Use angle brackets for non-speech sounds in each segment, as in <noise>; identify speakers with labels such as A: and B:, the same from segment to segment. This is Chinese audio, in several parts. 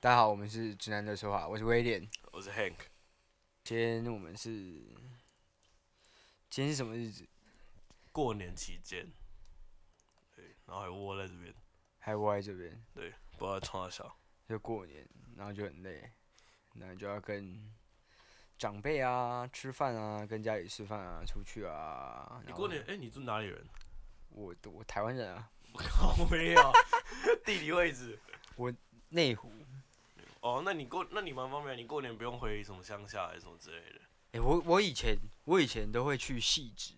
A: 大家好，我们是直男的说话，我是威廉。
B: 我是 Hank，
A: 今天我们是今天是什么日子？
B: 过年期间，对，然后还窝在这边，
A: 还窝在这边
B: 对，不知道在冲啥小，
A: 就过年，然后就很累，然后就要跟长辈啊吃饭啊，跟家里吃饭啊，出去啊。
B: 你
A: 然
B: 过
A: 后
B: 年，哎、你住哪里
A: <laughs>
B: 人？
A: 我我台湾人啊，
B: 我靠，没有 <laughs> 地理位置。
A: 内湖。
B: 哦，那你过，那你蛮方便，你过年不用回什么乡下还是什么之类的。
A: 哎、我我以前我以前都会去汐止，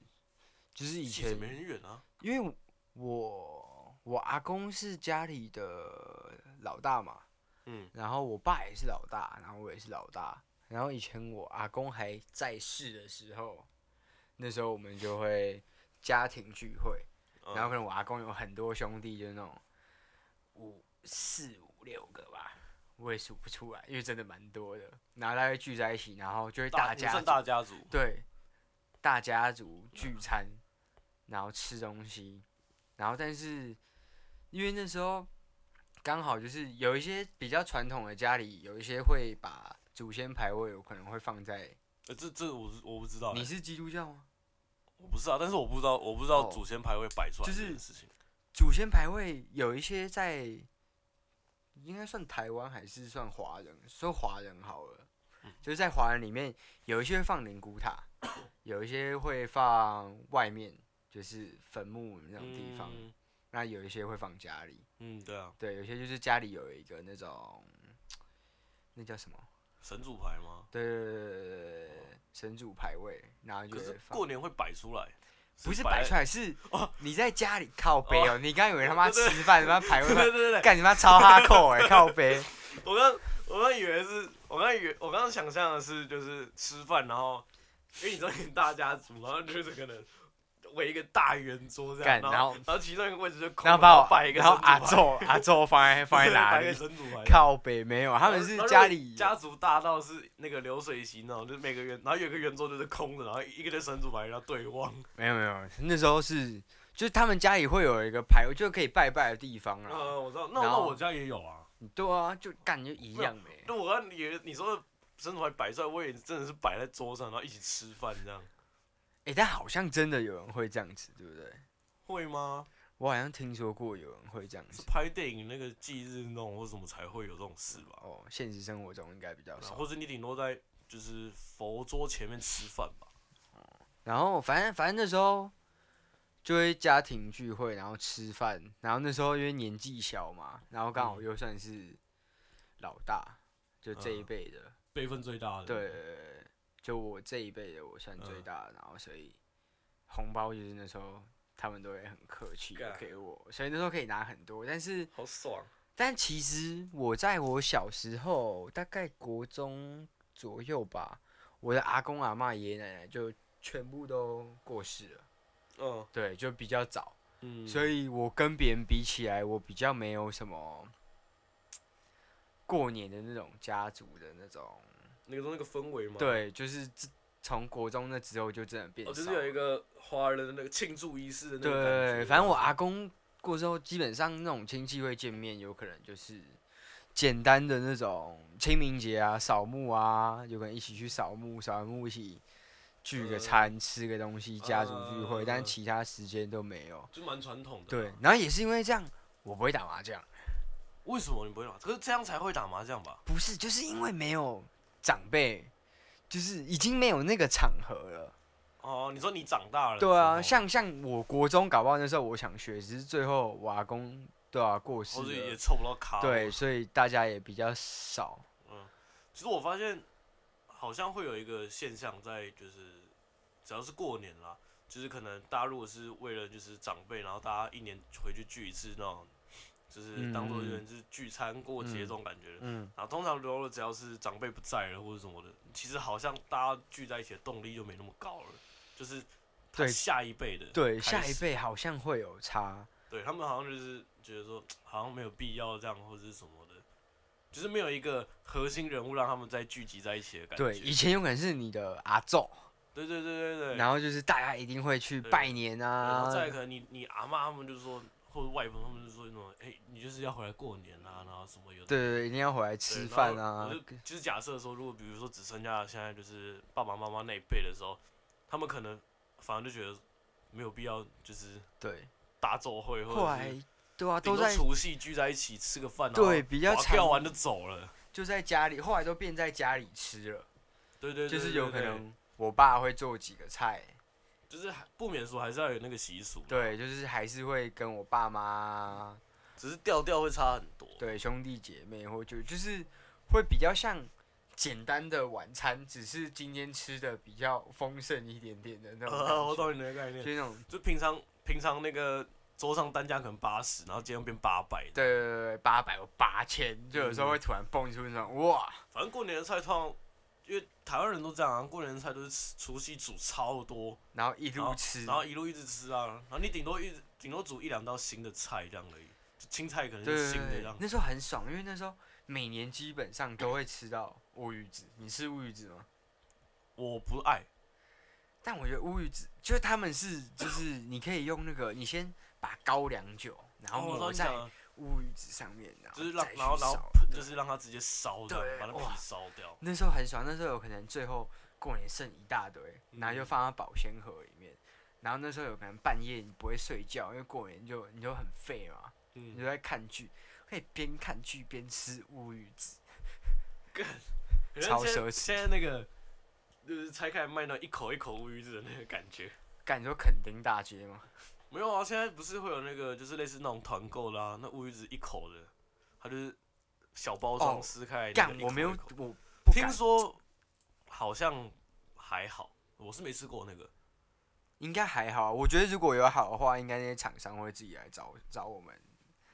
A: 就是以
B: 其实
A: 前
B: 没很远啊。
A: 因为我我阿公是家里的老大嘛，
B: 嗯，
A: 然后我爸也是老大，然后我也是老大。然后以前我阿公还在世的时候，那时候我们就会家庭聚会，
B: 嗯
A: 然后可能我阿公有很多兄弟，就是那种五四五六个吧，我也数不出来，因为真的蛮多的。然后大家会聚在一起，然后就会
B: 大你
A: 家
B: 算
A: 族
B: 大家族，
A: 对，大家族聚餐，然后吃东西，然后但是因为那时候刚好就是有一些比较传统的家里，有一些会把祖先牌位有可能会放在。
B: 呃，这这我是我不知道、
A: 你
B: 欸，
A: 是基督教吗？
B: 我不知道，但是我不知道，我不知道
A: 哦
B: 祖先牌位摆出来
A: 就
B: 这
A: 是
B: 件事情。
A: 祖先牌位有一些在，应该算台湾还是算华人？说华人好了， <laughs> 就是在华人里面有一些会放灵骨塔， <coughs> 有一些会放外面，就是坟墓那种地方。
B: 嗯
A: 那有一些会放家里，
B: 嗯，对啊，
A: 对，有些就是家里有一个那种，那叫什么？
B: 神主牌吗？
A: 对对对对对对对，神主牌位，然后就
B: 可
A: 会
B: 是
A: 放
B: 过年会摆出来，
A: 不是
B: 摆 <laughs>
A: 摆出来，是你在家里靠背哦，你刚以为他妈
B: 哦对
A: 吃饭他妈牌
B: 在。对
A: 位，
B: 对对对，
A: 干你妈超哈扣哎，靠背，
B: 我刚我刚以为是，我刚以为我刚刚想象的是就是吃饭，然后因为你知道你大家族，然后就是可能围一个大圆桌这
A: 干
B: 样，然
A: 然后
B: 后然后其中一个位置就空，
A: 然后
B: 然
A: 把我
B: 摆一个
A: 然后阿
B: 神主牌
A: 宙阿宙放在放在
B: 对
A: 哪
B: 摆一个
A: 里？
B: 神主牌，哦
A: 靠北没有，他们是
B: 然后
A: 家里
B: 家族大到是那个流水席那种，就是每个圆，然后有一个圆桌就是空的，然后一个就神主牌，然后对望，
A: 没有没有，那时候是就是他们家里会有一个牌位，就可以拜拜的地方
B: 嗯、
A: 啊。
B: 我知道，那
A: 然
B: 那
A: 后
B: 我家也有啊，
A: 对啊，就感觉一
B: 没有
A: 样欸没。
B: 那我刚以为你说的神主牌摆出来，我也真的是摆在桌上，然后一起吃饭这样，
A: 哎、但好像真的有人会这样子，对不对？
B: 会吗？
A: 我好像听说过有人会这样
B: 是
A: 子。
B: 拍电影那个忌日那种或什么才会有这种事吧？
A: 哦，现实生活中应该比较
B: 然后
A: 少。
B: 或者你顶多在就是佛桌前面吃饭吧。
A: 然后反正反正那时候就会家庭聚会，然后吃饭，然后那时候因为年纪小嘛，然后刚
B: 嗯
A: 好又算是老大，就这一
B: 嗯
A: 辈的，
B: 辈分最大的，
A: 对，，就我这一辈的我算最
B: 嗯
A: 大的，然后所以红包就是那时候他们都会很客气地
B: 干
A: 给我，所以那时候可以拿很多，但是。
B: 好爽。
A: 但其实我在我小时候，大概国中左右吧，我的阿公阿嬷、爷爷奶奶就全部都过世了，
B: 嗯
A: 对，就比较早，
B: 嗯，
A: 所以我跟别人比起来，我比较没有什么过年的那种家族的那种，
B: 那个时候那个氛围嘛，，
A: 对，就是自从国中那之后就真的变
B: 哦，就
A: 少
B: 是
A: 了。
B: 有一个华人的那个庆祝仪式的那个感
A: 对，
B: 觉。
A: 反正我啊阿公过之后，基本上那种亲戚会见面，有可能就是简单的那种清明节啊、扫墓啊，有可能一起去扫墓，扫完墓一起聚个
B: 呃
A: 餐、吃个东西，家族聚会，但
B: 呃
A: 其他时间都没有。
B: 就蛮传统的。
A: 对，，然后也是因为这样，我不会打麻将，
B: 为什么你不会打？可是这样才会打麻将吧？
A: 不是，就是因为没有长辈，就是已经没有那个场合了。
B: 哦，你说你长大了之后。
A: 对啊，像像我国中搞不好那时候我想学，只是最后我阿公对啊过世
B: 或者
A: 了
B: 哦也凑不到咖。
A: 对，，所以大家也比较少。
B: 其实我发现好像会有一个现象在，就是只要是过年啦，就是可能大家如果是为了就是长辈，然后大家一年回去聚一次那种，就是当做有点是聚餐过节这种感觉的。
A: 嗯，
B: 然后通常如果只要是长辈不在了或者什么的，其实好像大家聚在一起的动力就没那么高了，就是他
A: 对
B: 下一辈的
A: 对，
B: 开
A: 下一
B: 始
A: 辈好像会有差。
B: 对他们好像就是觉得说好像没有必要这样或者是什么的，就是没有一个核心人物让他们再聚集在一起的感觉。
A: 对，以前有可能是你的阿昼，
B: 对对对对对，
A: 然后就是大家一定会去
B: 对
A: 拜年
B: 然后
A: 啊。
B: 再来可能你你阿妈他们就说或者外婆他们就说那种，哎、你就是要回来过年啊，然后什么有的
A: 对对对，一定要回来吃
B: 对
A: 饭
B: 然后
A: 啊
B: 我就，就是假设说，如果比如说只剩下现在就是爸爸妈妈那一辈的时候，他们可能反而就觉得没有必要，就是
A: 对。
B: 打走会或
A: 后
B: 者
A: 来
B: 是
A: 对啊，
B: 顶
A: 都
B: 多
A: 在
B: 除夕聚在一起吃个饭，
A: 对比较
B: 跳
A: 常
B: 完就走了。
A: 就在家里，后来都变在家里吃了，
B: 对对对
A: 就是
B: 对
A: 有可
B: 对
A: 能我爸会做几个菜，
B: 就是还不免说还是要有那个习俗，
A: 对，就是还是会跟我爸妈
B: 只是调调会差很多。
A: 对兄弟姐妹或就就是会比较像简单的晚餐，只是今天吃的比较丰盛一点点的那种感
B: <laughs>
A: 觉，
B: 呃，我懂你的概
A: 就那
B: 念，
A: 种
B: 就平常平常那个桌上单价可能八十，然后今天变八百，
A: 对对对八百或八千，就有
B: 嗯
A: 时候会突然蹦出那种哇，
B: 反正过年的菜通常，因为台湾人都这样啊，过年的菜都是吃除夕煮超多，
A: 然后一路吃，
B: 然后一路一直吃啊，然后你顶多一直顶多煮一两道新的菜这样而已，就青菜可能
A: 对
B: 是
A: 对
B: 新的
A: 对
B: 这
A: 对
B: 样，。
A: 那时候很爽，因为那时候每年基本上都会吃到乌鱼子，你吃乌鱼子吗？
B: 我不爱，
A: 哦但我觉得乌鱼子就是他们是就是你可以用那个，你先把高粱酒，然后
B: 哦我
A: 抹
B: 知道你
A: 在
B: 讲了
A: 乌鱼子上面，然后
B: 就是让
A: 哦再去
B: 然后然后
A: 烧
B: 喷
A: 对
B: 就是让它直接烧掉，
A: 对
B: 把那皮
A: 哇
B: 烧掉。
A: 那时候很爽，那时候有可能最后过年剩一大堆，然后就
B: 嗯
A: 放到保鲜盒里面。然后那时候有可能半夜你不会睡觉，因为过年就你就很废嘛，你就
B: 嗯，
A: 在看剧，可以边看剧边吃乌鱼子。
B: 可是
A: 超
B: 现在
A: 奢侈
B: 现在那个就是拆开来卖那一口一口乌鱼子的那个感觉。
A: 干你说垦丁大街吗？
B: 没有啊，现在不是会有那个，就是类似那种团购啦，那乌鱼子一口的，它就是小包装
A: 哦
B: 撕开、那个
A: 干
B: 一口
A: 我没有
B: 一口，
A: 我不
B: 听
A: 敢，
B: 说好像还好，我是没吃过那个。
A: 应该还好啊。我觉得如果有好的话，应该那些厂商会自己来找找我
B: <laughs>
A: 们，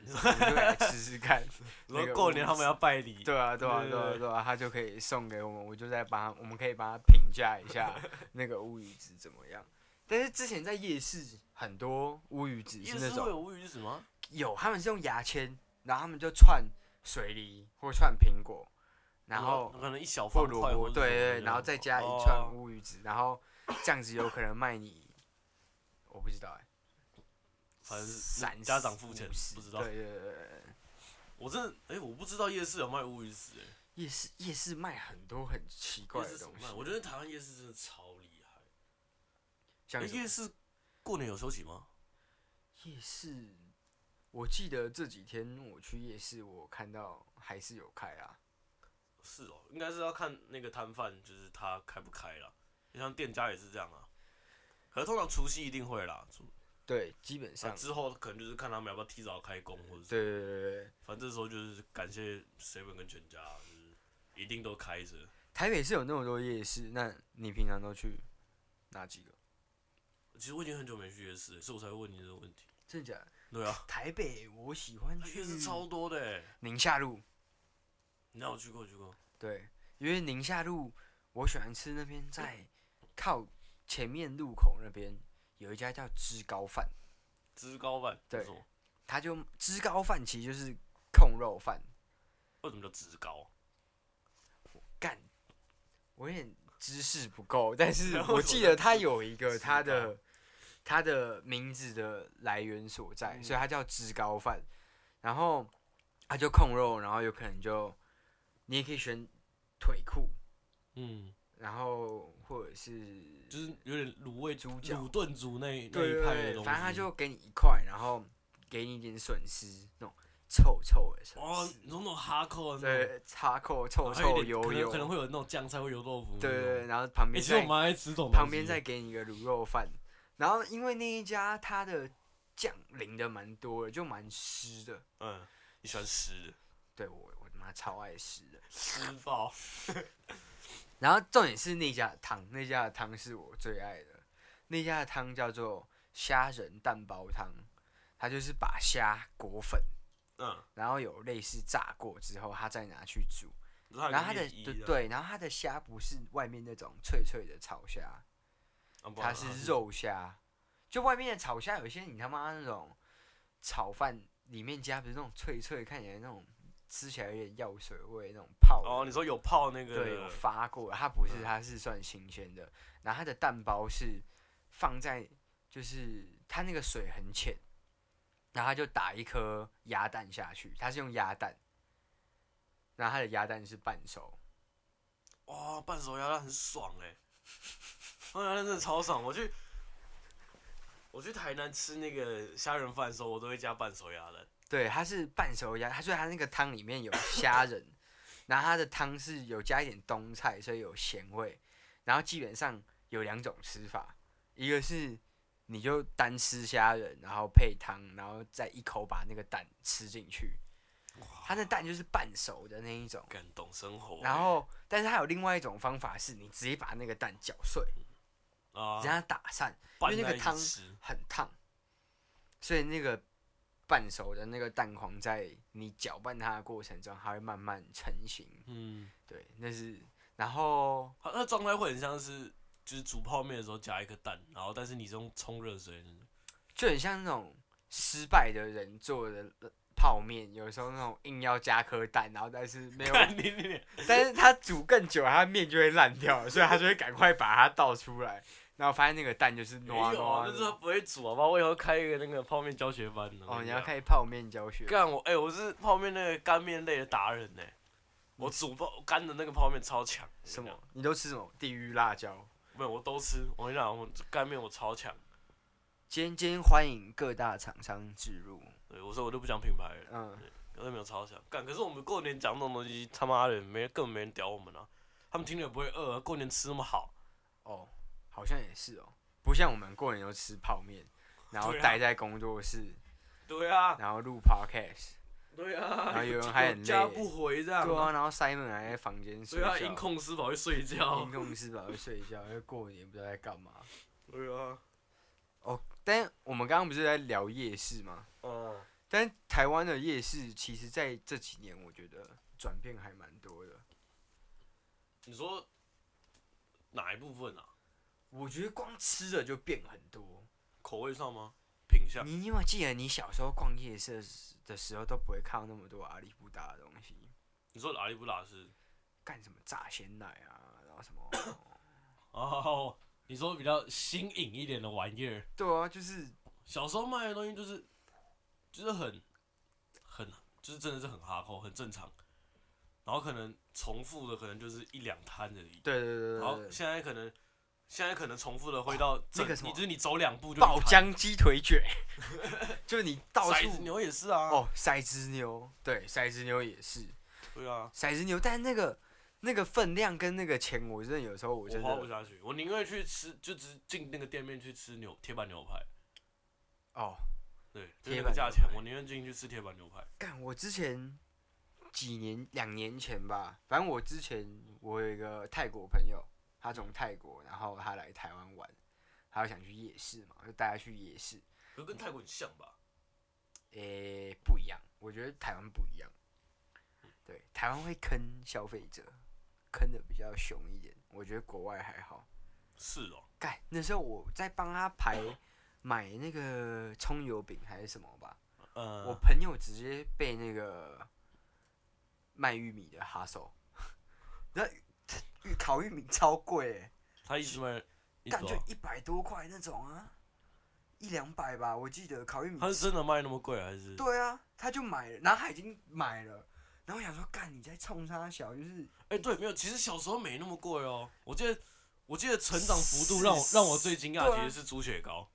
A: 我们就来吃吃看。那
B: 然后
A: 个
B: 过
A: 乌
B: 年
A: 鱼
B: 他们
A: 子
B: 要拜礼，
A: 对啊，对啊，
B: 对
A: 对啊
B: 对，
A: 对啊，他就可以送给我们，我就在帮他，我们可以帮他评价一
B: <laughs>
A: 下那个乌鱼子怎么样。但是之前在夜市很多乌鱼子
B: 夜
A: 是那
B: 市会有
A: 种
B: 乌鱼子吗？
A: 有，他们是用牙签，然后他们就串水梨或串苹果，然后
B: 可能一小
A: 或
B: 方
A: 萝
B: 块
A: 卜，
B: 或者
A: 对
B: 什么
A: 对，
B: 的
A: 对然后再加一
B: 哦
A: 串乌鱼子，然后这样子有可能卖你，我不知道哎，
B: 反正是
A: 三
B: 家长
A: 十
B: 付钱
A: 五十
B: 不知道
A: 对对对对对，
B: 我真的哎、我不知道夜市有卖乌鱼子、哎，
A: 夜市夜市卖很多很奇怪
B: 夜
A: 的
B: 市怎
A: 东
B: 么
A: 西
B: 卖？，我觉得台湾夜市真的超厉害。哎、
A: 像什么
B: 夜市过年有休息吗？
A: 夜市，我记得这几天我去夜市，我看到还是有开啊。
B: 是哦，应该是要看那个摊贩，就是他开不开啦。就像店家也是这样啊，可是通常除夕一定会啦，除
A: 对，基本
B: 啊
A: 上，
B: 之后可能就是看他们要不要提早开工，或者是
A: 对对对对对，
B: 反正这时候就是感谢 seven 跟全家啊，就是一定都开着。
A: 台北是有那么多夜市，那你平常都去哪几个？
B: 其实我已经很久没去夜市了，所以我才会问你这个问题。
A: 真的假的？<laughs>
B: 对啊，
A: 台北我喜欢
B: 啊
A: 去
B: 夜市超多的欸，
A: 宁夏路，
B: 你让我去过我去过，
A: 对，因为宁夏路我喜欢吃那边在靠前面路口那边有一家叫芝高饭，
B: 芝高饭
A: 对
B: 为什么
A: 它就芝高饭其实就是控肉饭，
B: 为什么叫芝高？啊
A: 干，我有点知识不够，但是我
B: 为什么
A: 记
B: 叫
A: 得它
B: 知
A: 有一个
B: 知
A: 它
B: 高
A: 的它的名字的来源所在，所以它叫芝高饭。然后它就控肉，然后有可能就你也可以选腿裤，
B: 嗯，
A: 然后或者是
B: 就是有点卤味
A: 猪脚
B: 卤炖猪那那
A: 对
B: 一
A: 对
B: 派的
A: 对，
B: 东西。
A: 反正它就给你一块，然后给你一点笋丝，那种臭臭的笋
B: 哦
A: 丝，，
B: 你说那种哈扣啊的那种。
A: 对，插扣臭
B: 还有一
A: 臭
B: 点
A: 油
B: 可能
A: 油，
B: 可能会有那种酱菜或油豆腐。
A: 对对对，
B: 对，
A: 然后旁
B: 欸
A: 边
B: 其实我
A: 再
B: 蛮爱吃这种东西。
A: 旁边再给你一个卤肉饭，然后因为那一家它的酱淋的蛮多的，就蛮湿的。
B: 嗯，你喜欢湿的，
A: 对我我他妈超爱湿的。
B: 湿爆。
A: 然后重点是那家的汤，那家的汤是我最爱的，那家的汤叫做虾仁蛋包汤，它就是把虾裹粉，
B: 嗯，
A: 然后有类似炸过之后，它再拿去煮。
B: 然
A: 然后它的对，对，然后它的虾不是外面那种脆脆的草虾，
B: 啊不然
A: 它是肉虾，就外面的炒虾，有些你他妈那种炒饭里面加不是那种脆脆，看起来那种吃起来有点药水味那种泡的
B: 哦，你说有泡那个
A: 对，有发过的，它不是，
B: 嗯
A: 它是算新鲜的。然后它的蛋包是放在，就是它那个水很浅，然后他就打一颗鸭蛋下去，他是用鸭蛋，然后他的鸭蛋是半熟，
B: 哇，半熟鸭蛋很爽 <laughs> 哎、欸，半熟鸭蛋真的超爽。我去，我去台南吃那个虾仁饭的时候，我都会加半熟鸭蛋。
A: 对，它是半熟鸭，它所以它那个汤里面有虾仁，然后它的汤是有加一点冬菜，所以有咸味。然后基本上有两种吃法，一个是你就单吃虾仁，然后配汤，然后再一口把那个蛋吃进去，它那蛋就是半熟的那一种。
B: 感懂生活欸、
A: 然后，但是它有另外一种方法是，你直接把那个蛋搅碎，
B: 啊，
A: 让它打散，因
B: 拌
A: 为那
B: 在
A: 个
B: 一
A: 汤
B: 起吃，
A: 很烫，所以那个半熟的那个蛋黄在你搅拌它的过程中，它会慢慢成型。
B: 嗯，
A: 对，那是然后
B: 它它状态会很像是就是煮泡面的时候加一个蛋，然后但是你是用冲热水的，
A: 就很像那种失败的人做的泡面，有时候那种硬要加颗蛋，然后但是没有，
B: <laughs> 干你你
A: 但是它煮更久，它面就会烂掉了，所以他就会赶快把它倒出来，然后发现那个蛋就是
B: 没
A: 糯
B: 有啊，
A: 糯
B: 就是他
A: 的。
B: 不会煮好不好？我以后开一个那个泡面教学班的。我
A: 哦，
B: 跟
A: 你
B: 讲
A: 要开泡面教学？
B: 啊干我哎、我是泡面那个干面类的达人呢、我煮泡干的那个泡面超强。我跟你
A: 什么
B: 讲？？
A: 你都吃什么？地狱辣椒。
B: 没有，我都吃。我跟你讲，我干面我超强。
A: 今天今天欢迎各大厂商置入。
B: 对，我说我就不讲品牌了，
A: 嗯，
B: 我都没有超强。干，可是我们过年讲这种东西，他妈的没人根本没人屌我们啊！他们听了也不会饿、啊，过年吃那么好，
A: 哦，好像也是哦，不像我们过年都吃泡面，然后
B: 对啊
A: 待在工作室，
B: 对啊，
A: 然后录 podcast。
B: 对啊，
A: 然后有人还很累
B: 家不回这样，
A: 对啊，然后 Simon 还在房间睡
B: 对
A: 觉，嗯
B: 啊，因控师跑去睡觉
A: 因，公司吧，会睡觉，因为过年不知道在干嘛。
B: 对啊，
A: 但我们刚刚不是在聊夜市吗？
B: 哦、
A: 但台湾的夜市其实在这几年，我觉得转变还蛮多的。
B: 你说哪一部分啊？
A: 我觉得光吃的就变很多。
B: 口味上吗？品相？
A: 你你有没有记得你小时候逛夜市的时的时候都不会看到那么多阿里不达的东西？
B: 你说哪里不拉是？
A: 干什么炸鲜奶啊，然后什么？ <coughs>
B: 哦，你说比较新颖一点的玩意儿，
A: 对啊，就是
B: 小时候卖的东西就是就是很很就是真的是很哈扣，很正常。然后可能重复的可能就是一两摊而已。
A: 对对对
B: 然后
A: 对对，
B: 现在可能现在可能重复的会到整，
A: 个什么
B: 你就是你走两步就
A: 爆
B: 一摊，
A: 浆鸡腿
B: <laughs>
A: 卷，就是你到
B: 骰子
A: 处
B: 牛也是啊。
A: 哦，骰子牛，对，骰子牛也是
B: 对啊，
A: 骰子牛，但那个那个分量跟那个钱，我真的有时候我
B: 我
A: 真
B: 花不
A: 的
B: 下去，我宁愿去吃，就只进那个店面去吃牛铁板牛排。
A: 哦，
B: 对，就是
A: 铁
B: 那个
A: 板
B: 价
A: 牛
B: 钱，
A: 排
B: 我宁愿进去吃铁板牛排。
A: 干我之前几年两年前吧，反正我之前我有一个泰国朋友，他从泰国，然后他来台湾玩，他就想去夜市嘛，我就带他去夜市，
B: 可是跟泰国很像吧？
A: 诶、不一样，我觉得台湾不一样，对，台湾会坑消费者，坑的比较凶一点，我觉得国外还好。
B: 是哦，
A: 干，那时候我在帮他排买那个葱油饼还是什么吧，
B: 呃，
A: 我朋友直接被那个卖玉米的哈手，那 <laughs> 玉烤玉米超贵、欸，
B: 他一直卖，一直哦
A: 干就一百多块那种啊，一两百吧，我记得烤玉米
B: 他。是真的卖那么贵还是？
A: 嗯对啊，他就买了，然后他已经买了，然后我想说，干你在冲他小，就是
B: 哎、对，没有，其实小时候没那么贵哦。我记得，我记得成长幅度让我让我最惊讶
A: 对
B: 的
A: 啊
B: 其实是猪血糕。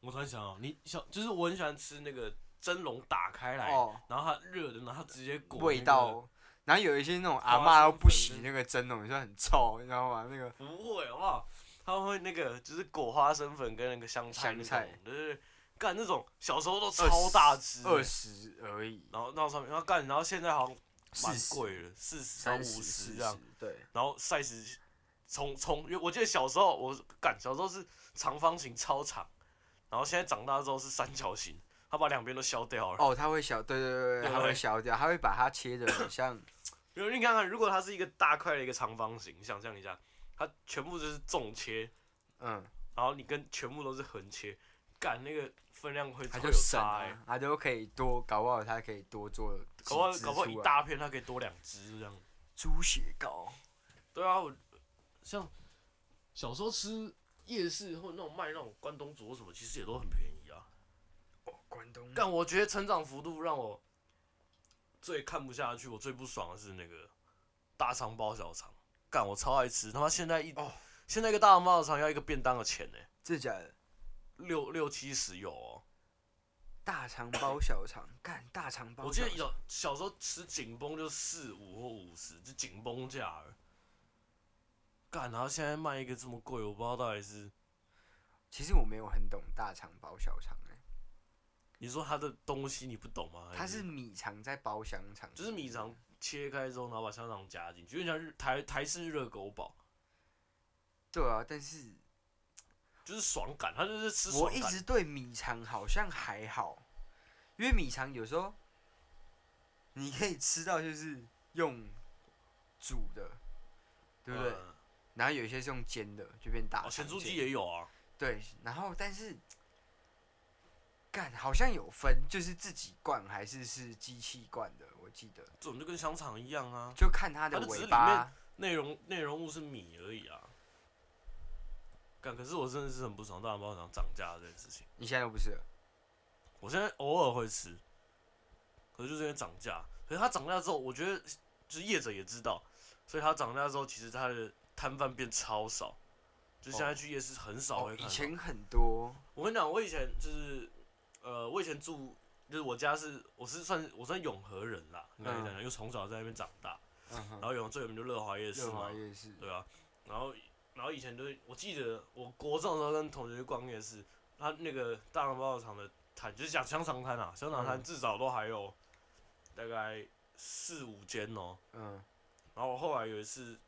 B: 我突然想到，你小就是我很喜欢吃那个蒸笼打开来，
A: 哦
B: 然后它热的，然后它直接裹
A: 味
B: 哎那个
A: 道。然后有一些那种阿
B: 花
A: 嬷
B: 生
A: 都不
B: 粉
A: 洗那个蒸笼，就很臭，你知道吗？那个
B: 不会好不好？它会那个就是裹花生粉跟那个香菜那
A: 香菜
B: 种，对对对，干那种小时候都超大只的，
A: 二十而已，
B: 然后那上面，然后干，然后现在好像蛮
A: 40
B: 贵的，四十到
A: 三
B: 五十这样。，
A: 对，
B: 然后 size 从从，因为我记得小时候我干，小时候是长方形超长，然后现在长大之后是三角形，他把两边都削掉了。
A: 哦，它会削，对对对
B: 对
A: 对，它会
B: 对
A: 削掉，它会把它切的很
B: <coughs>
A: 像，
B: 因为你看看，如果它是一个大块的一个长方形，你想象一下，它全部就是纵切，
A: 嗯，
B: 然后你跟全部都是横切，干那个分量会
A: 它
B: 会
A: 就
B: 有
A: 省
B: 差欸
A: 啊，它就可以多，搞不好它可以多做几
B: 搞不好
A: 只
B: 搞不好
A: 出
B: 一
A: 来
B: 大片它可以多两只这样。
A: 猪血糕，
B: 对啊，我像小时候吃夜市或那种卖那种关东煮或什么，其实也都很便宜啊。
A: 哦，关东
B: 但我觉得成长幅度让我最看不下去，我最不爽的是那个大肠包小肠，干我超爱吃，他妈现在一、
A: 哦
B: 现在一个大肠包小肠要一个便当的钱呢、
A: 这假的
B: 六六七十有哦。
A: 大
B: <coughs>
A: 肠包小肠，干大肠包
B: 我记
A: 小
B: 得
A: 肠。
B: 有小时候吃紧绷就四五或五十，就紧绷价儿。干，然后现在卖一个这么贵，我不知道到底是
A: 其实我没有很懂大肠包小肠哎、
B: 你说它的东哎西你不懂吗？还
A: 它是米肠在包香肠，
B: 就是米肠切开之后，然后把香肠夹进去，就像日台台式热狗堡，
A: 对啊，但是
B: 就是爽感，它就是吃爽
A: 我
B: 感。
A: 一直对米肠好像还好，因为米肠有时候你可以吃到就是用煮的，对不对？
B: 嗯
A: 然后有一些是用煎的，就变大
B: 哦，
A: 肠
B: 咸猪鸡
A: 煎
B: 也有啊，
A: 对，然后但是干好像有分，就是自己灌还是是机器灌的，我记得
B: 这种就跟香肠一样啊，
A: 就看它的
B: 它就只是
A: 尾
B: 里
A: 巴。
B: 内容内容物是米而已啊。干，可是我真的是很不爽大肠包小肠涨价这件事情。
A: 你现在又不是了
B: 我现在偶尔会吃，可是就是因为涨价。可是它涨价之后，我觉得就是业者也知道，所以它涨价之后，其实它的摊贩变超少，就现在去夜市很少
A: 哦
B: 会，看
A: 以
B: 到。
A: 前很多
B: 我跟你讲，我以前就是，呃，我以前住就是我家是我是算我算永和人啦，应该
A: 嗯
B: 讲讲，因为从小在那边长大，
A: 嗯哼
B: 然后永和最有名就乐华夜市
A: 乐
B: 嘛
A: 华，夜市，
B: 对啊，然后然后以前就是我记得我国中的时候跟同学去逛夜市，他那个大肠包小肠的摊就是讲香肠摊啊，香肠摊
A: 嗯
B: 至少都还有大概四五间哦、
A: 嗯，
B: 然后我后来有一次，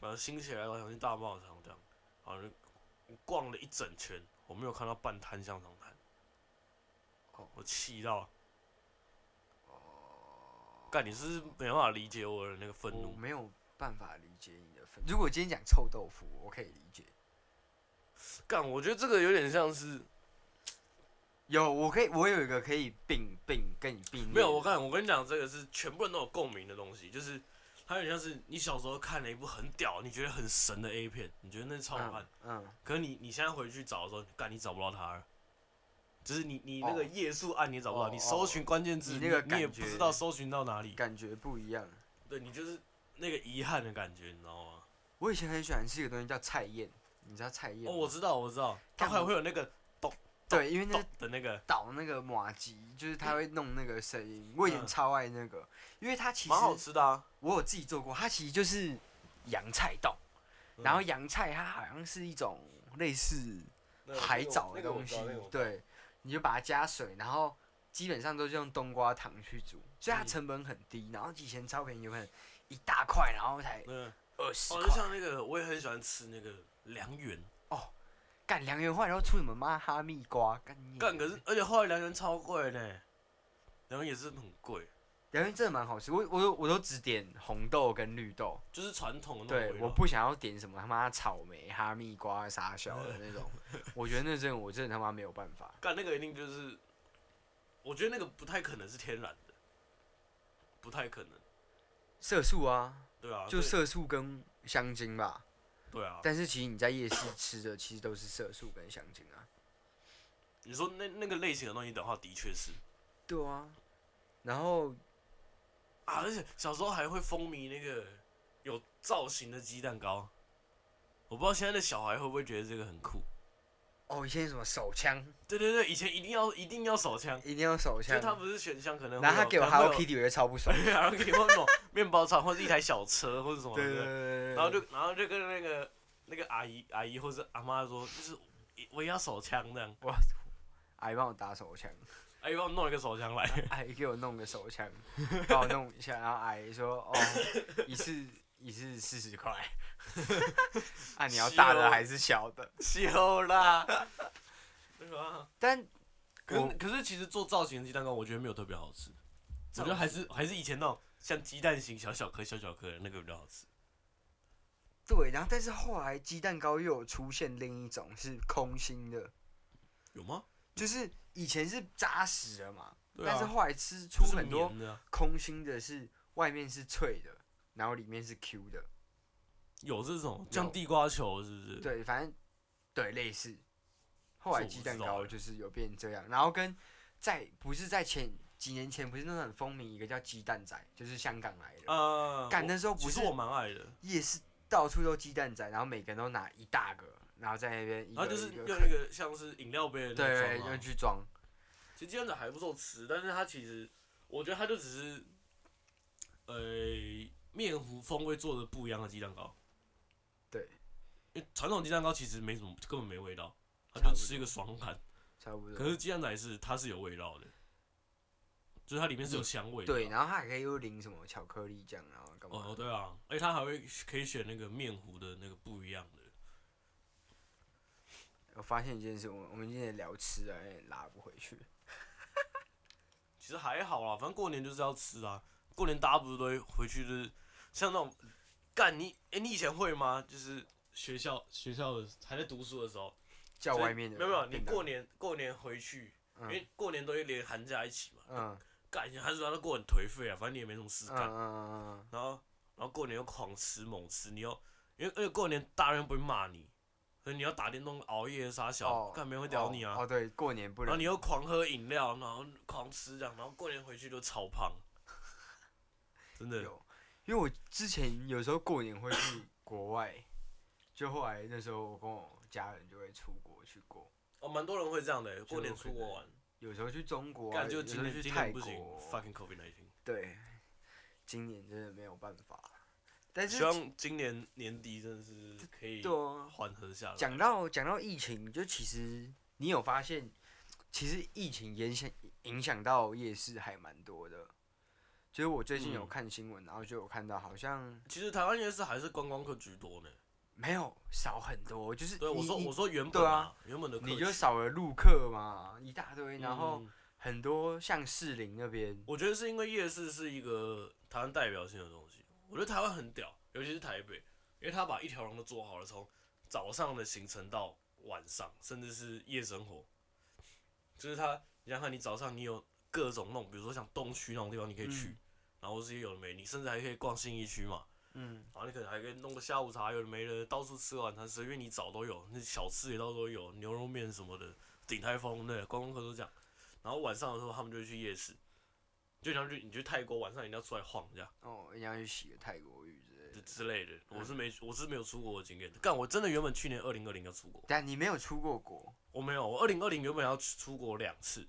B: 呃，心血来潮想去大包小肠这样，然后就我逛了一整圈，我没有看到半摊香肠摊
A: 哦，
B: 我气到。
A: 哦
B: 干，你是不是没办法理解我的那个愤
A: 我
B: 怒。
A: 没有办法理解你的愤。如果今天讲臭豆腐，我可以理解。
B: 干，我觉得这个有点像是
A: 有，我可以，我有一个可以并并跟你并列的。
B: 没有，我看我跟你讲，这个是全部人都有共鸣的东西，就是它有点像是你小时候看了一部很屌，你觉得很神的 A 片，你觉得那是超好看，
A: 嗯嗯，
B: 可是你你现在回去找的时候，干你找不到它了，就是你你那个
A: 哦
B: 页数按你找不到，
A: 哦
B: 你搜寻关键字，
A: 你
B: 你
A: 那个
B: 你也
A: 感
B: 不
A: 觉
B: 知道搜寻到哪里，
A: 感觉不一样。
B: 对你就是那个遗憾的感觉，你知道吗？
A: 我以前很喜欢吃一个东西叫菜燕，你知道菜燕吗？
B: 哦，我知道我知道，它
A: 干嗯
B: 还
A: 我
B: 会有那个
A: 对，因为那
B: 咚
A: 是
B: 的那个，
A: 倒那个马吉，就是它会弄那个声音。我以前
B: 嗯
A: 超爱那个，因为它其实
B: 蛮好吃的啊。
A: 我有自己做过，它其实就是洋菜冻，
B: 嗯
A: 然后洋菜它好像是一种类似
B: 那个
A: 海藻的
B: 那个我
A: 东
B: 知
A: 西
B: 道那个我，知道
A: 对，你就把它加水，然后基本上都是用冬瓜糖去煮，所以它
B: 嗯
A: 成本很低，然后以前超便宜，有可能一大块，然后才
B: 嗯，
A: 二十
B: 哦，就
A: 块。
B: 像那个我也很喜欢吃那个良缘。
A: 干两元换，然后出什么妈哈密瓜，干你
B: 干，可是而且后来良缘超贵呢，良缘也是很贵，
A: 两元真的蛮好吃，我我都我都只点红豆跟绿豆，
B: 就是传统的那
A: 对
B: 种，味道。
A: 我不想要点什么他妈草莓、哈密瓜、傻小的那
B: <laughs>
A: 种，我觉得那真的我真的他妈没有办法。
B: 干那个一定就是，我觉得那个不太可能是天然的，不太可能，
A: 色素啊，
B: 对啊，
A: 就
B: 所以
A: 色素跟香精吧，
B: 对啊。
A: 但是其实你在夜市吃的其实都是色素跟香精啊。
B: 你说那那个类型的东西的话，的确是
A: 对啊，然后
B: 啊，而且小时候还会风靡那个有造型的鸡蛋糕，我不知道现在的小孩会不会觉得这个很酷。
A: 哦，以前什么手枪，
B: 对对对，以前一定要一定要手枪，
A: 一定要手
B: 就
A: 枪，
B: 他不是选项可能会
A: 然后他
B: 有
A: 给我
B: 可能会
A: Hello
B: 有
A: Kitty，我就超不爽。
B: 对， <laughs> 然后给我那种面包厂或者一台小车或者什么的，
A: 对对对对，对
B: 然后就然后就跟那个那个阿姨阿姨或者阿妈说，就是我也要手枪这样，
A: 阿姨哎帮我打手
B: <laughs>
A: 枪，
B: 阿姨帮我弄一个手枪来， <laughs>
A: 阿姨给我弄个手枪，帮我弄一下，然后阿姨说哦，一次一次四十
B: <laughs>
A: 块，啊你要大的还是小的？
B: 羞啦，对吧？
A: 但
B: 可是
A: 我
B: 可是其实做造型的鸡蛋糕，我觉得没有特别好吃，我觉得还是还是以前那种像鸡蛋型小小颗小小颗的那个比较好吃。
A: 对，然后但是后来鸡蛋糕又有出现另一种是空心的，
B: 有吗？
A: 就是以前是扎实的嘛，
B: 对
A: 但是
B: 啊，
A: 后来吃
B: 就
A: 出
B: 是
A: 很多
B: 黏的啊
A: 空心的是外面是脆的，然后里面是 Q 的。
B: 有这种像地瓜球是不是？，
A: 对，反正对类似。后来鸡蛋
B: 这我
A: 糕
B: 不知道欸
A: 就是有变这样，然后跟在不是在前几年前不是那种很风靡一个叫鸡蛋仔，就是香港来的，
B: 呃，
A: 干、
B: 我
A: 那时候不
B: 其
A: 是
B: 实我蛮爱的，
A: 夜市到处都鸡蛋仔，然后每个人都拿一大个，然后在那边一
B: 然
A: 个
B: 后啊就是
A: 一
B: 用
A: 个
B: 一
A: 啃，
B: 个像是饮料杯的那
A: 对，
B: 种、
A: 用
B: 啊。
A: 去装，
B: 其实鸡蛋仔还不错吃，但是它其实我觉得它就只是，呃，面糊风味做的不一样的鸡蛋糕。
A: 对，
B: 因为传统鸡蛋糕其实没什么，根本没味道，它
A: 差
B: 就
A: 不
B: 吃一个爽感。
A: 差不
B: 可
A: 多。
B: 是鸡蛋仔是它是有味道的，就是它里面是有香味的。
A: 嗯对，。然后它还可以又淋什么巧克力酱，然后干嘛的？
B: 啊哦，对啊，而且它还会可以选那个面糊的那个不一样的。
A: 我发现一件事，我我们今天聊吃啊，有点拉不回去。
B: 其实还好啦，反正过年就是要吃啊。过年大家不是都会回去，就是像那种干你哎、你以前会吗？就是学校学校的还在读书的时候，
A: 叫外面的嗯
B: 没有没有，你
A: 便当
B: 过年过年回去，因为过年都会连寒假一起嘛。
A: 嗯
B: 干以前寒暑假都过得很颓废啊，反正你也没什么事
A: 嗯嗯
B: 干，
A: 嗯
B: 然后然后过年又狂吃猛吃，你又因为因为过年大人又不会骂你，所以你要打电动熬夜傻
A: 嗯，
B: 小
A: 哦，，
B: 干、没人会屌你啊。
A: 哦，哦对，过年不
B: 然后
A: 能
B: 你又狂喝饮料，然后狂吃这样，然后过年回去就超
A: <laughs>
B: 胖，真的。
A: 有，因为我之前有时候过年会去国外，就后来那时候我跟我家人就会出国去过，
B: 哦，蛮多人会这样的，过年
A: 就
B: 出国玩，
A: 有时候去中国、啊，有
B: 感觉
A: 时
B: 今
A: 候
B: 年
A: 去
B: 今
A: 泰
B: 年
A: 国啊
B: 不行。，fucking COVID 1 9
A: 对，今年真的没有办法，但是
B: 希望今年年底真的是可以
A: 哎对啊
B: 缓和下来。
A: 讲到讲到疫情，就其实你有发现，其实疫情影响影响到夜市还蛮多的。就是我最近有
B: 嗯
A: 看新闻，然后就有看到好像
B: 其实台湾夜市还是观光客居多呢。
A: 没有少很多，就是
B: 对，我
A: 你
B: 说
A: 你
B: 我说原本
A: 对啊
B: 啊，原本的客
A: 你就
B: 群
A: 少了路客嘛，一大堆，然后
B: 嗯
A: 很多像士林那边，
B: 我觉得是因为夜市是一个台湾代表性的东西，我觉得台湾很屌，尤其是台北，因为他把一条龙都做好了，从早上的行程到晚上，甚至是夜生活，就是他，你想想你早上你有各种那种，比如说像东区那种地方你可以去，
A: 嗯
B: 然后这些有的没，你甚至还可以逛信义区嘛，
A: 嗯，
B: 然后你可能还可以弄个下午茶，有的没的，到处吃晚餐，随便你找都有，那小吃也到处都有，牛肉面什么的，鼎泰丰对，观光客都这样。然后晚上的时候，他们就会去夜市，就像去你去泰国晚上，一定要出来晃这样
A: 哦，人家去洗个泰国浴之类
B: 之
A: 的。
B: 之类的。我是没我是没有出国的经验的，干我真的原本去年二零二零要出国，
A: 但你没有出过国，
B: 我没有，我二零二零原本要去出国两次，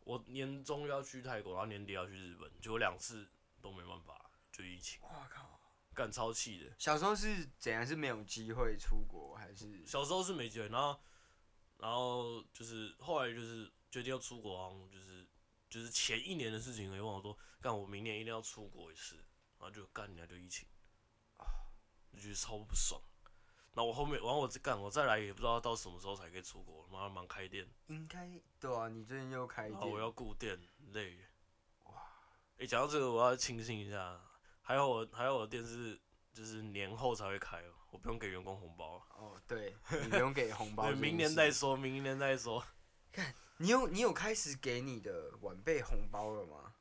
B: 我年终要去泰国，然后年底要去日本，结果两次都没办法，就疫情，
A: 我靠！
B: 干超气的。
A: 小时候是怎样？是没有机会出国，还是
B: 小时候是没机会，然后然后就是后来就是决定要出国，然后就是就是前一年的事情而已，我想说干我明年一定要出国一次，然后就干人家就疫情，就觉得超不爽。那我后面，然后我再干，我再来也不知道到什么时候才可以出国，妈忙开店，
A: 应该对啊？你最近又开
B: 然
A: 店，
B: 哦后我要顾店，累。
A: 哇！
B: 诶、讲到这个，我要庆幸一下，还有我还有我的店是就是年后才会开哦，我不用给员工红包，
A: 哦，对，你不用给红包
B: 对，
A: 这件事，
B: 明年再说，明年再说。
A: 你有你有开始给你的晚辈红包了吗？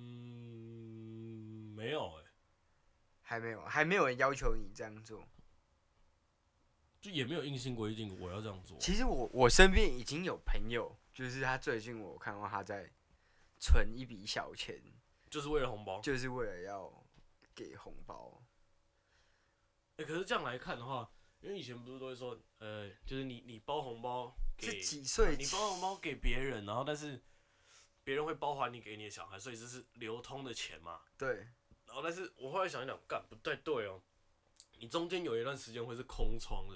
B: 嗯，没有哎、
A: 还没有，还没有人要求你这样做。
B: 就也没有硬性规定我要这样做。
A: 其实我我身边已经有朋友，就是他最近我看到他在存一笔小钱，
B: 就是为了红包。
A: 就是为了要给红包。
B: 哎、可是这样来看的话，因为以前不是都会说，呃，就是你你包红包
A: 是
B: 给，
A: 几岁
B: 你
A: 起？
B: 包红包给别人，然后但是别人会包还你给你的小孩，所以这是流通的钱嘛。
A: 对，
B: 然后但是我后来想一想，干不对对哦，你中间有一段时间会是空窗的，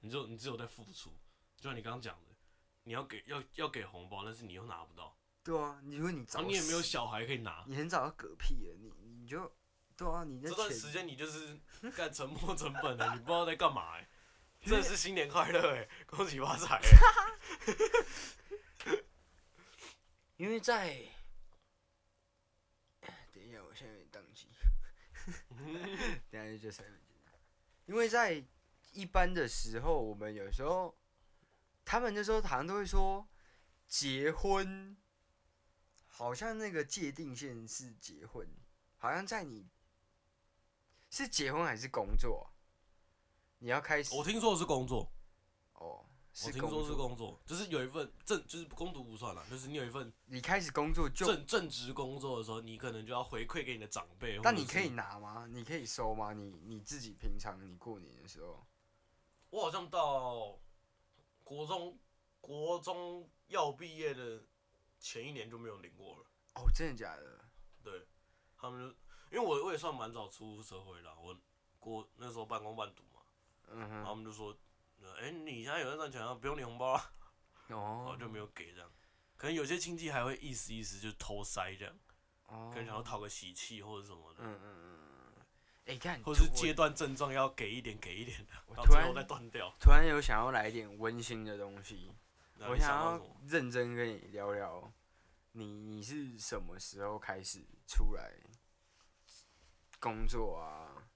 B: 你就你只有在付出，就像你刚刚讲的，你要给要要给红包，但是你又拿不到，
A: 对啊，你说你
B: 然
A: 早，
B: 哦后你也没有，小孩可以拿。
A: 你很早就嗝屁了，你你就对啊，你那
B: 这段时
A: 钱
B: 间你就是干沉没成本的，你不知道在干嘛、欸。真的是新年快乐哎、恭喜发财、 <laughs> 欸！
A: 因为在，等一下，我现在有点宕
B: <laughs>
A: 机，等一下就三分钟。因为在一般的时候，我们有时候，他们那时候好像都会说，结婚，好像那个界定线是结婚，好像在你是结婚还是工作，你要开始
B: 我听说的是工作，
A: 哦，
B: 我
A: 是
B: 听
A: 工
B: 说是
A: 作。
B: 工作，就是有一份正，就是工读不算了，就是你有一份
A: 你开始工作就，
B: 正正职工作的时候，你可能就要回馈给你的长辈。
A: 但
B: 或者
A: 你可以
B: 是，
A: 拿吗？你可以收吗？你你自己平常你过年的时候，
B: 我好像到国中国中要毕业的前一年就没有领过了。
A: 哦，真的假的？
B: 对，他们就因为我我也算蛮早出社会了，我国那时候半工半读嘛，
A: 嗯
B: 然
A: 哼，
B: 后他们就说，呃哎、你现在有在赚钱啊，不用领红包啊，然后
A: 哦，
B: 就没有给这样。可能有些亲戚还会意思意思就偷塞这样，
A: 哦
B: 可能想要讨个喜气或者什么的，
A: 嗯嗯嗯嗯，哎、看，
B: 或是
A: 我
B: 阶段症状要给一点给一点的，
A: 我
B: 然后
A: 突
B: 最后再
A: 然
B: 断掉。
A: 突然有想要来一点温馨的东西，
B: 那
A: 我
B: 你想
A: 想
B: 到
A: 要
B: 什么？
A: 认真跟你聊聊，你你是什么时候开始出来工作啊？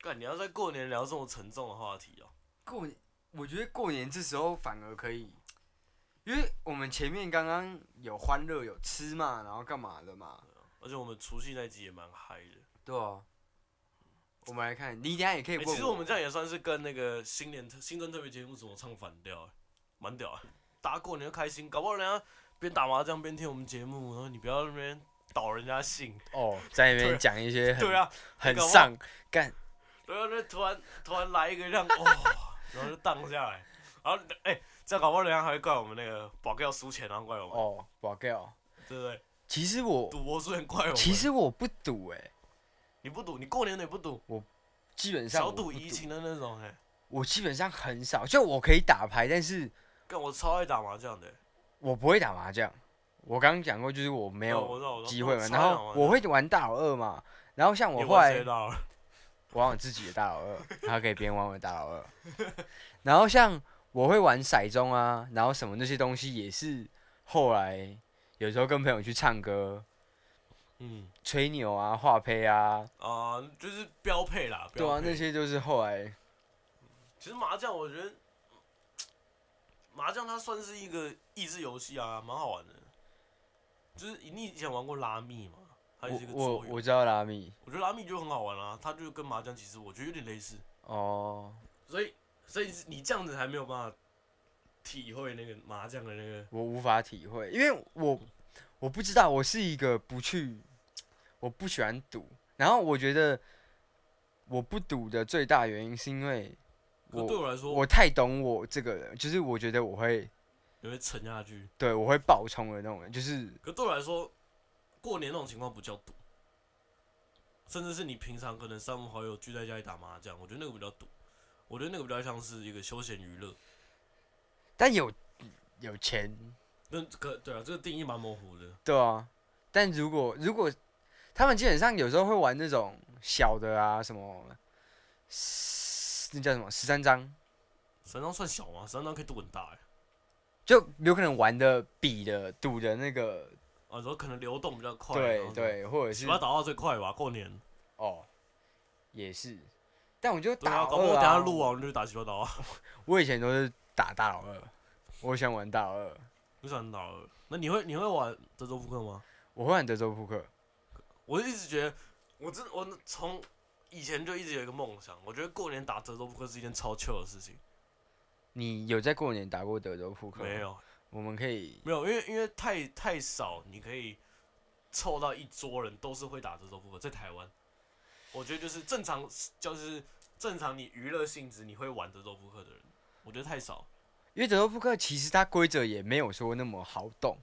B: 干，你要在过年聊这么沉重的话题哦、
A: 过年，我觉得过年这时候反而可以，因为我们前面刚刚有欢乐，有吃嘛，然后干嘛的嘛，
B: 而且我们除夕那集也蛮嗨的。
A: 对啊。我们来看，你等一下也可以问、
B: 欸其实我们这样也算是跟那个新年特新春特别节目怎么唱反调、欸，蛮屌、欸。大家过年就开心，搞不好人家边打麻将边听我们节目，然后你不要在那边倒人家 <laughs> 兴。
A: 哦，在那
B: 边对
A: 边讲一些很
B: 对啊，
A: 很
B: 搞不好
A: 上干，
B: 然后就啊突然突然来一个这样，哇、然后就荡下来，然后哎、欸这样搞不好人家还会怪我们那个保镖输钱，然后怪我们，
A: 哦，宝盖哦。
B: 对不对？
A: 其实我
B: 赌博输钱怪我们。
A: 其实我不赌哎、
B: 你不赌，你过年也不赌，
A: 基本上
B: 小
A: 我不
B: 赌怡情的那种哎、欸
A: 我基本上很少，就我可以打牌，但是
B: 干我超爱打麻将的、欸
A: 我不会打麻将。我刚刚讲过，就是我没
B: 哦我
A: 有
B: 知道我知道
A: 机会
B: 我
A: 嘛。
B: 超
A: 然
B: 爱打
A: 后
B: 麻
A: 我
B: 将
A: 会玩大老二嘛，然后像
B: 你
A: 我后
B: 玩
A: 来
B: 谁到了？
A: 我玩我自己的大老二， <laughs> 然后给别人玩我的大老二。然后像我会玩骰盅啊，然后什么那些东西也是后来有时候跟朋友去唱歌、
B: 嗯
A: 吹牛啊、画胚啊，
B: 啊、就是标配啦，
A: 对
B: 标
A: 啊，
B: 配
A: 那些就是后来
B: 其实麻将，我觉得麻将它算是一个益智游戏啊，蛮好玩的。就是你以前玩过拉密嘛，它也
A: 我
B: 是一个啊
A: 我
B: 桌游。
A: 我知道拉米
B: 我觉得拉密就很好玩啊，它就跟麻将其实我觉得有点类似，
A: 哦，
B: 所以所以你这样子还没有办法体会那个麻将的那个
A: 我无法体会，因为我我不知道，我是一个不去，我不喜欢赌。然后我觉得我不赌的最大原因是因为。
B: 可对我来说，
A: 我太懂我这个人，就是我觉得我会
B: 有会沉下去。
A: 对我会爆冲的那种人，就是
B: 可对我来说，过年那种情况不叫赌，甚至是你平常可能三五好友聚在家里打麻将，我觉得那个比较赌，我觉得那个比较像是一个休闲娱乐。
A: 但有有钱，
B: 那可对啊，这个定义蛮模糊的。
A: 对啊。但如果如果他们基本上有时候会玩那种小的啊，什么十那叫什么十三张，
B: 三张算小吗？三张可以赌很大哎、
A: 就有可能玩的比的赌的那个，
B: 啊，然后可能流动比较快。
A: 对，对，或者
B: 十
A: 是
B: 八打到最快吧，过年。
A: 哦，也是。但我就
B: 对
A: 打
B: 啊，
A: 老
B: 搞不好我
A: 二
B: 等下
A: 啊，
B: 录完我们就去打十八打啊。
A: 我以前都是打大老二，我喜欢玩大老二，
B: <laughs> 就想打了。那你会你会玩德州扑克吗？
A: 我会玩德州扑克。
B: 我一直觉得，我真我从以前就一直有一个梦想，我觉得过年打德州扑克是一件超 chill 的事情。
A: 你有在过年打过德州扑克？
B: 没，有，
A: 我们可以
B: 没有，因为因为太太少，你可以凑到一桌人都是会打德州扑克，在台湾，我觉得就是正常，就是正常你娱乐性质你会玩德州扑克的人，我觉得太少。
A: 因为德州扑克其实它规则也没有说那么好懂，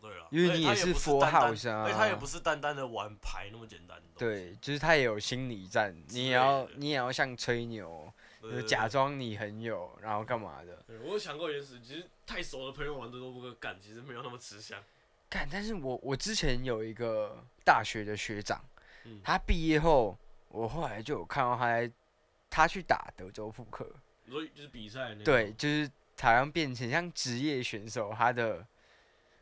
B: 对了，
A: 因为
B: 而且
A: 你
B: 它
A: 也
B: 也
A: 是
B: 不
A: full
B: 单单
A: house 啊
B: 而且它也不是单单的玩牌那么简单的东西。
A: 对，就是它也有心理战，
B: 之
A: 你也
B: 类
A: 要
B: 的
A: 你也要像吹牛，
B: 对，
A: 就
B: 对
A: 假。装你很有，然后干嘛的？
B: 对对我有想过一件事，其实太熟的朋友玩德州扑克干，其实没有那么吃香。
A: 看，但是我我之前有一个大学的学长，
B: 嗯
A: 他毕业后，我后来就有看到他在他去打德州扑克，
B: 你说就是比赛的那种
A: 对，，就是好像变成像职业选手，他的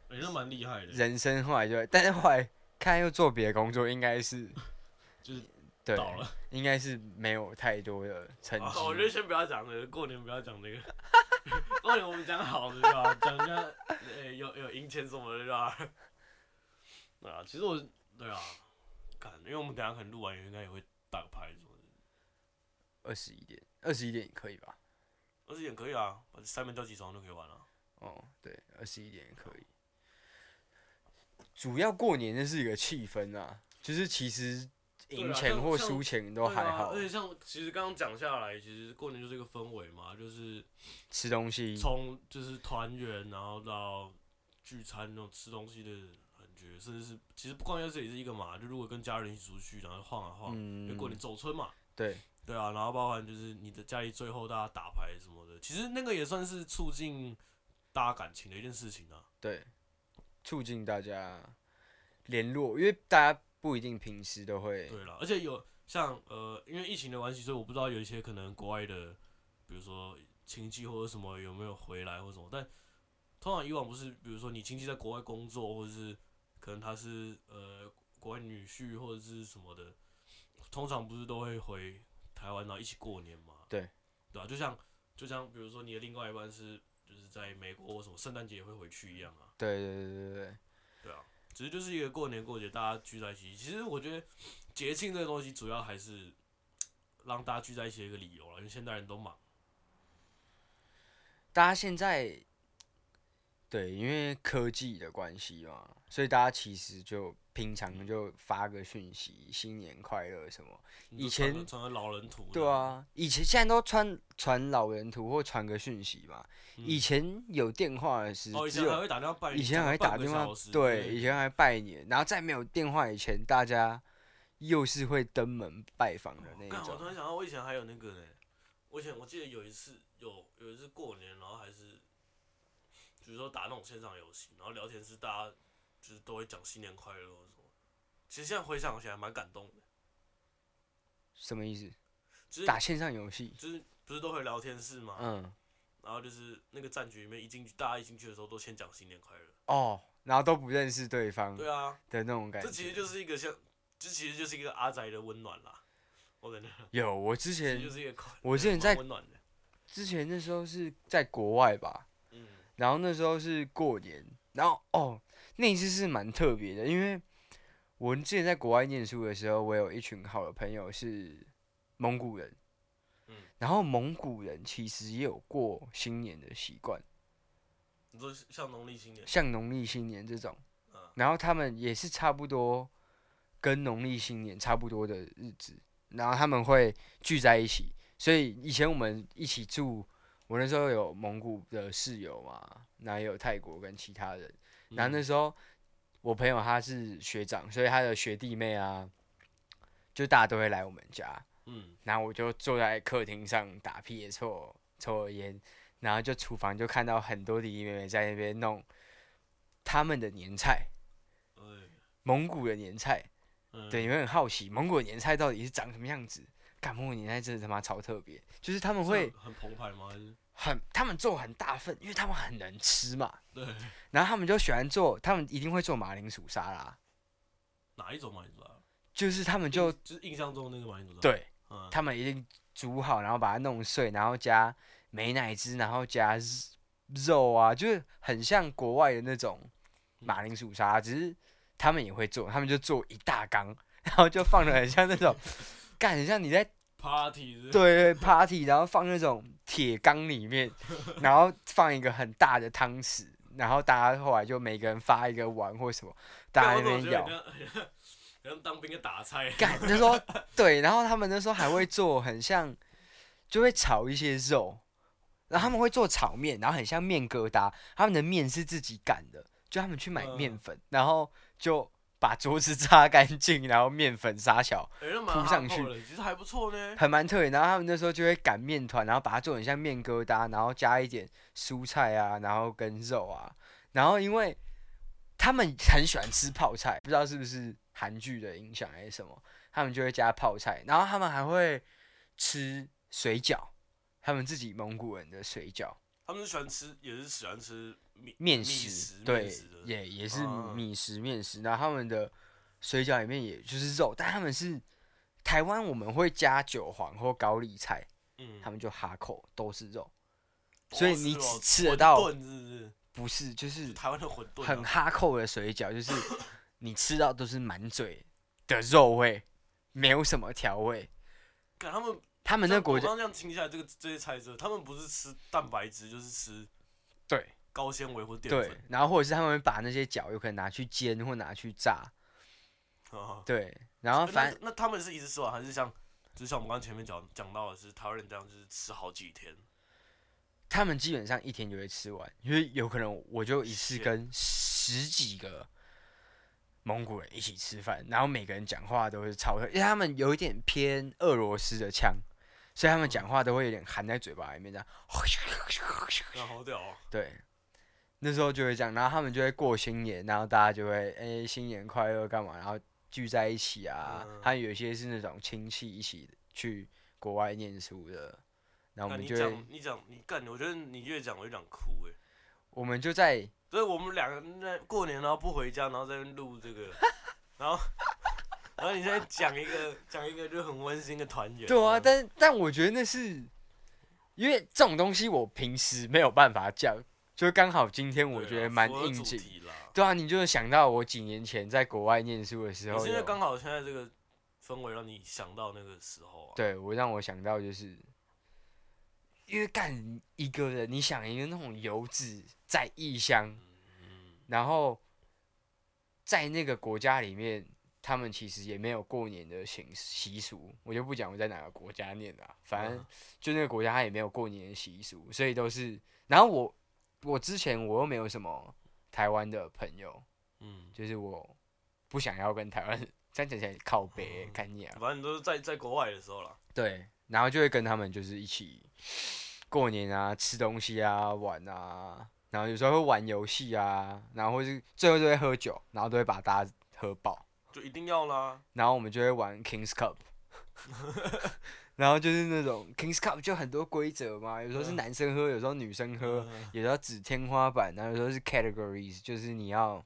B: 哎、那蛮厉害的，
A: 人生后来就，但是后来看又做别的工作，应该是
B: <laughs> 就是
A: 对，
B: 倒了。
A: 应该是没有太多的成绩。
B: 啊，我觉得先不要讲这个，过年不要讲这个。 <laughs> 过年我们讲好的对吧？讲一下，呃、有有赢钱什么的对吧？对啊，其实我对啊，干，因为我们等一下可能录完以后应该也会打个牌什么的。
A: 二十一点，二十一点可以吧？
B: 二十点可以啊，把三门叫起床就可以玩了。
A: 哦，对，二十一点也可以。主要过年那是一个气氛啊，就是其实
B: 对
A: 赢
B: 啊
A: 钱
B: 像
A: 或
B: 像啊
A: 输钱都还好
B: 而，且像其实刚刚讲下来，其实过年就是一个氛围嘛，就是
A: 吃东西
B: 从就是团圆，然后到聚餐那种吃东西的感觉，甚至是其实不光要这也是一个嘛，就如果跟家人一起出去，然后晃啊晃，因为过
A: 嗯，
B: 年走村嘛，
A: 对，
B: 对啊，然后包含就是你的家里最后大家打牌什么的，其实那个也算是促进大家感情的一件事情啊。
A: 对，促进大家联络，因为大家不一定平时都会，
B: 对了，而且有像呃，因为疫情的关系，所以我不知道有一些可能国外的，比如说亲戚或者什么有没有回来或什么，但通常以往不是，比如说你亲戚在国外工作，或者是可能他是呃国外女婿或者是什么的，通常不是都会回台湾然后一起过年嘛？
A: 对，
B: 对啊，就像就像比如说你的另外一半是就是在美国或什么，圣诞节也会回去一样啊。
A: 对对对对对，
B: 对啊，只是就是一个过年过节大家聚在一起。其实我觉得节庆这个东西主要还是让大家聚在一起的一个理由了，因为现代人都忙。
A: 大家现在对因为科技的关系嘛，所以大家其实就平常就发个讯息，新年快乐什么。
B: 你就
A: 以前
B: 传个传个老人图，
A: 对，啊，以前现在都传传老人图或传个讯息嘛。
B: 嗯
A: 以前有电话的时，
B: 哦，以
A: 只
B: 前还
A: 有
B: 会打电话拜年，
A: 以前还会打
B: 讲个半个
A: 电话
B: 小时，嗯
A: 对，以前还拜年，然后在没有电话以前，大家又是会登门拜访的那一
B: 干，我突然
A: 种。
B: 想到，我以前还有那个呢。我以前我记得有一次有有一次过年，然后还是，比如说打那种线上游戏，然后聊天室大家就是都会讲新年快乐或什么。其实现在回想起来蛮感动的，
A: 什么意思？
B: 就是
A: 打线上游戏？
B: 就是不是都会聊天室嘛，
A: 嗯，
B: 然后就是那个战局里面一进去，大家一进去的时候都先讲新年快乐。
A: 哦，然后都不认识对方
B: 对啊，
A: 的那种嗯感觉。
B: 这其实就是一个像，这其实就是一个阿宅的温暖啦。我感觉
A: 有我之
B: 其实
A: 前
B: 就是一个快，
A: 我之前在
B: 蛮温暖的，
A: 之前那时候是在国外吧，
B: 嗯，
A: 然后那时候是过年，然后哦，那一次是蛮特别的，因为我之前在国外念书的时候，我有一群好的朋友是蒙古人，
B: 嗯
A: 然后蒙古人其实也有过新年的习惯，
B: 你说像农历新年，
A: 像农历新年这种
B: 嗯，
A: 然后他们也是差不多跟农历新年差不多的日子，然后他们会聚在一起，所以以前我们一起住，我那时候有蒙古的室友嘛，然后也有泰国跟其他人，然后那
B: 嗯
A: 时候我朋友他是学长，所以他的学弟妹啊，就大家都会来我们家，
B: 嗯，
A: 然后我就坐在客厅上打 PS 抽抽了烟，然后就厨房就看到很多弟弟妹妹在那边弄他们的年菜，
B: 哎，
A: 蒙古的年菜。
B: 嗯
A: 对，，你会很好奇蒙古的年菜到底是长什么样子？干蒙古年菜真的他妈超特别，就是他们
B: 是啊
A: 会
B: 很很澎湃吗？还是
A: 很，他们做很大份，因为他们很能吃嘛。
B: 对，
A: 然后他们就喜欢做，他们一定会做马铃薯沙拉，
B: 哪一种马铃薯啊？
A: 就是他们就
B: 印就是印象中那个马铃薯。，
A: 对
B: 嗯，
A: 他们一定煮好，然后把它弄碎，然后加美乃滋，然后加肉啊，就是很像国外的那种马铃薯
B: 嗯
A: 沙拉，只是他们也会做，他们就做一大缸， <laughs> 然后就放的很像那
B: <laughs>
A: 种，干很像你在
B: party 是不是，
A: 对对 party，然后放那种铁缸里
B: <laughs>
A: 面，然后放一个很大的汤匙，然后大家后来就每个人发一个碗或什么，大家
B: 干
A: 在
B: 我
A: 那
B: 怎么
A: 边舀
B: 觉得。很 <laughs> 像，很像当兵的打菜，
A: 干，那时候对，然后他们那时候还会做很像，就会炒一些肉，然后他们会做炒面，然后很像面疙瘩，他们的面是自己擀的，就他们去买面
B: 嗯
A: 粉，然后就把桌子 <laughs> 擦干净，然后面粉撒小，
B: 哎，那蛮
A: 铺上
B: hardcore
A: 去
B: 的，其实还不
A: <laughs>
B: 错呢。
A: 很蛮特别。然后他们那时候就会擀面团，然后把它做成像面疙瘩，然后加一点蔬菜啊，然后跟肉啊。然后因为他们很喜欢吃泡菜，不知道是不是韩剧的影响还是什么，他们就会加泡菜。然后他们还会吃水饺，他们自己蒙古人的水饺
B: 他们是喜欢吃，也是喜欢吃米
A: 面
B: 米
A: 食，
B: 食
A: 对
B: 面食的，
A: 也也是
B: 啊
A: 米食面食。然后他们的水饺里面也就是肉，但他们是台湾我们会加韭黄或高丽菜。
B: 嗯，
A: 他们就哈口都是肉，
B: 哦
A: 所以
B: 是
A: 你
B: 哦
A: 只吃得
B: 馄
A: 到
B: 饨是不是？
A: 不是就是
B: 台湾的馄饨啊、
A: 很哈扣的水饺，就是你吃到都是满嘴的肉味，没有什么调味。
B: 干他们
A: 他们那
B: 像
A: 个国
B: 我
A: 家
B: 刚刚这样听下来，这个这些菜色，他们不是吃蛋白质，就是吃
A: 对
B: 高纤维或淀
A: 对
B: 粉。，
A: 然后或者是他们会把那些脚有可能拿去煎或拿去炸，
B: 啊
A: 对，然后
B: 那
A: 反
B: 那他们是一直吃完，还是像就像我们刚刚前面讲讲到的是台湾人这样，就是吃好几天？
A: 他们基本上一天就会吃完，因为有可能我就一次
B: Shit
A: 跟十几个蒙古人一起吃饭，然后每个人讲话都是超，因为他们有一点偏俄罗斯的腔，所以他们讲话都会有点含在嘴巴里面这样。 <laughs>
B: 那好屌哦！
A: 对，那时候就会这样，然后他们就会过新年，然后大家就会哎、新年快乐干嘛，然后聚在一起啊。
B: 嗯
A: 还有一些是那种亲戚一起去国外念书的，然后我们
B: 那啊你
A: 就会
B: 讲你讲你干，我觉得你越讲我就想哭哎、
A: 我们就在
B: 所以我们两个人在过年，然后不回家，然后在那边
A: <laughs>
B: 录这个，然后然后你现在讲一个讲一个就很温馨的团圆。
A: 对啊，
B: 这样
A: 但但我觉得那是因为这种东西我平时没有办法讲，就刚好今天我
B: 对啊
A: 觉得蛮
B: 符合
A: 应
B: 主
A: 景。
B: 题啦。
A: 对啊，你就是想到我几年前在国外念书的时
B: 你
A: 候
B: 是因为
A: 有，
B: 刚好现在这个氛围让你想到那个时候啊。
A: 对我让我想到就是，因为干一个人，你想一个那种游子在异乡，
B: 嗯，
A: 然后在那个国家里面，他们其实也没有过年的习习俗。我就不讲我在哪个国家念的啊、反正
B: 嗯
A: 就那个国家他也没有过年的习俗，所以都是。然后我我之前我又没有什么台湾的朋友，
B: 嗯，
A: 就是我不想要跟台湾人这样讲起来靠北
B: 嗯
A: 干你啊，
B: 反正你都是在在国外的时候啦。
A: 对，然后就会跟他们就是一起过年啊，吃东西啊，玩啊，然后有时候会玩游戏啊，然后或是最后就会喝酒，然后都会把大家喝爆，
B: 就一定要啦，
A: 然后我们就会玩 Kings Cup，然后就是那种 Kings Cup 就很多规则嘛，有时候是
B: 嗯
A: 男生喝，有时候女生喝，
B: 嗯
A: 有时候指天花板，然后有时候是 categories，就是你要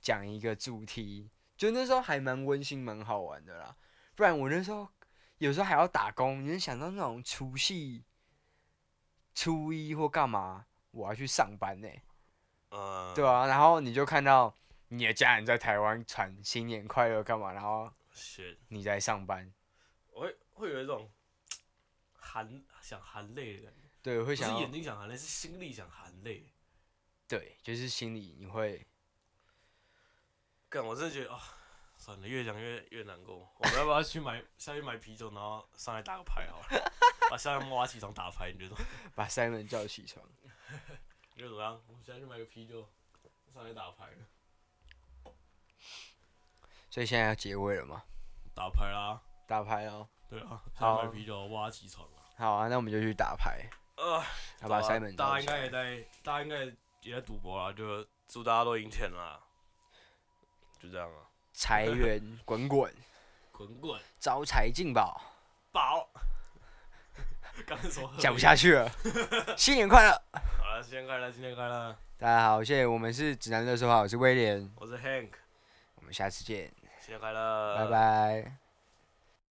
A: 讲一个主题，就那时候还蛮温馨、蛮好玩的啦。不然我那时候有时候还要打工，你能想到那种除夕、初一或干嘛，我要去上班呢、
B: 呃，
A: 对啊，然后你就看到你的家人在台湾传新年快乐干嘛，然后
B: shit，
A: 你在上班，
B: 我会会有一种含想含泪的感觉，
A: 对，
B: 不
A: 会
B: 是
A: 想要
B: 眼睛想含泪，是心里想含泪。
A: 对，就是心里你会
B: 干，我真的觉得啊、算了，越讲越越难过。我们要不要去买下去买啤酒，然后上来打个牌好了？把下面挖起床打牌，你觉得
A: 把 Simon 叫起床。
B: 你觉得怎么样？我们现在去买个啤酒，上来打牌，
A: 所以现在要结尾了嘛，
B: 打牌啦，
A: 打牌哦。
B: 对啊，下
A: 好
B: 去买啤酒，挖起床啊。
A: 好啊，那我们就去打牌。
B: 呃，
A: 要把
B: 对啊
A: Simon 叫
B: 大家
A: 起来
B: 应
A: <laughs>
B: 该也在，大家应该也在赌博啦，就祝大家都赢钱啦，就这样啊，
A: 财
B: <laughs>
A: 源滚滚，
B: 滚滚
A: 招财进
B: <laughs>
A: 宝，
B: 宝。刚才说
A: 讲不下去了。 <laughs> 新年快乐！
B: 好了，新年快乐，新年快乐，
A: 大家好，谢谢，我们是指南乐说话，我是威廉，
B: 我是 Hank，
A: 我们下次见，
B: 新年快乐，
A: 拜。拜。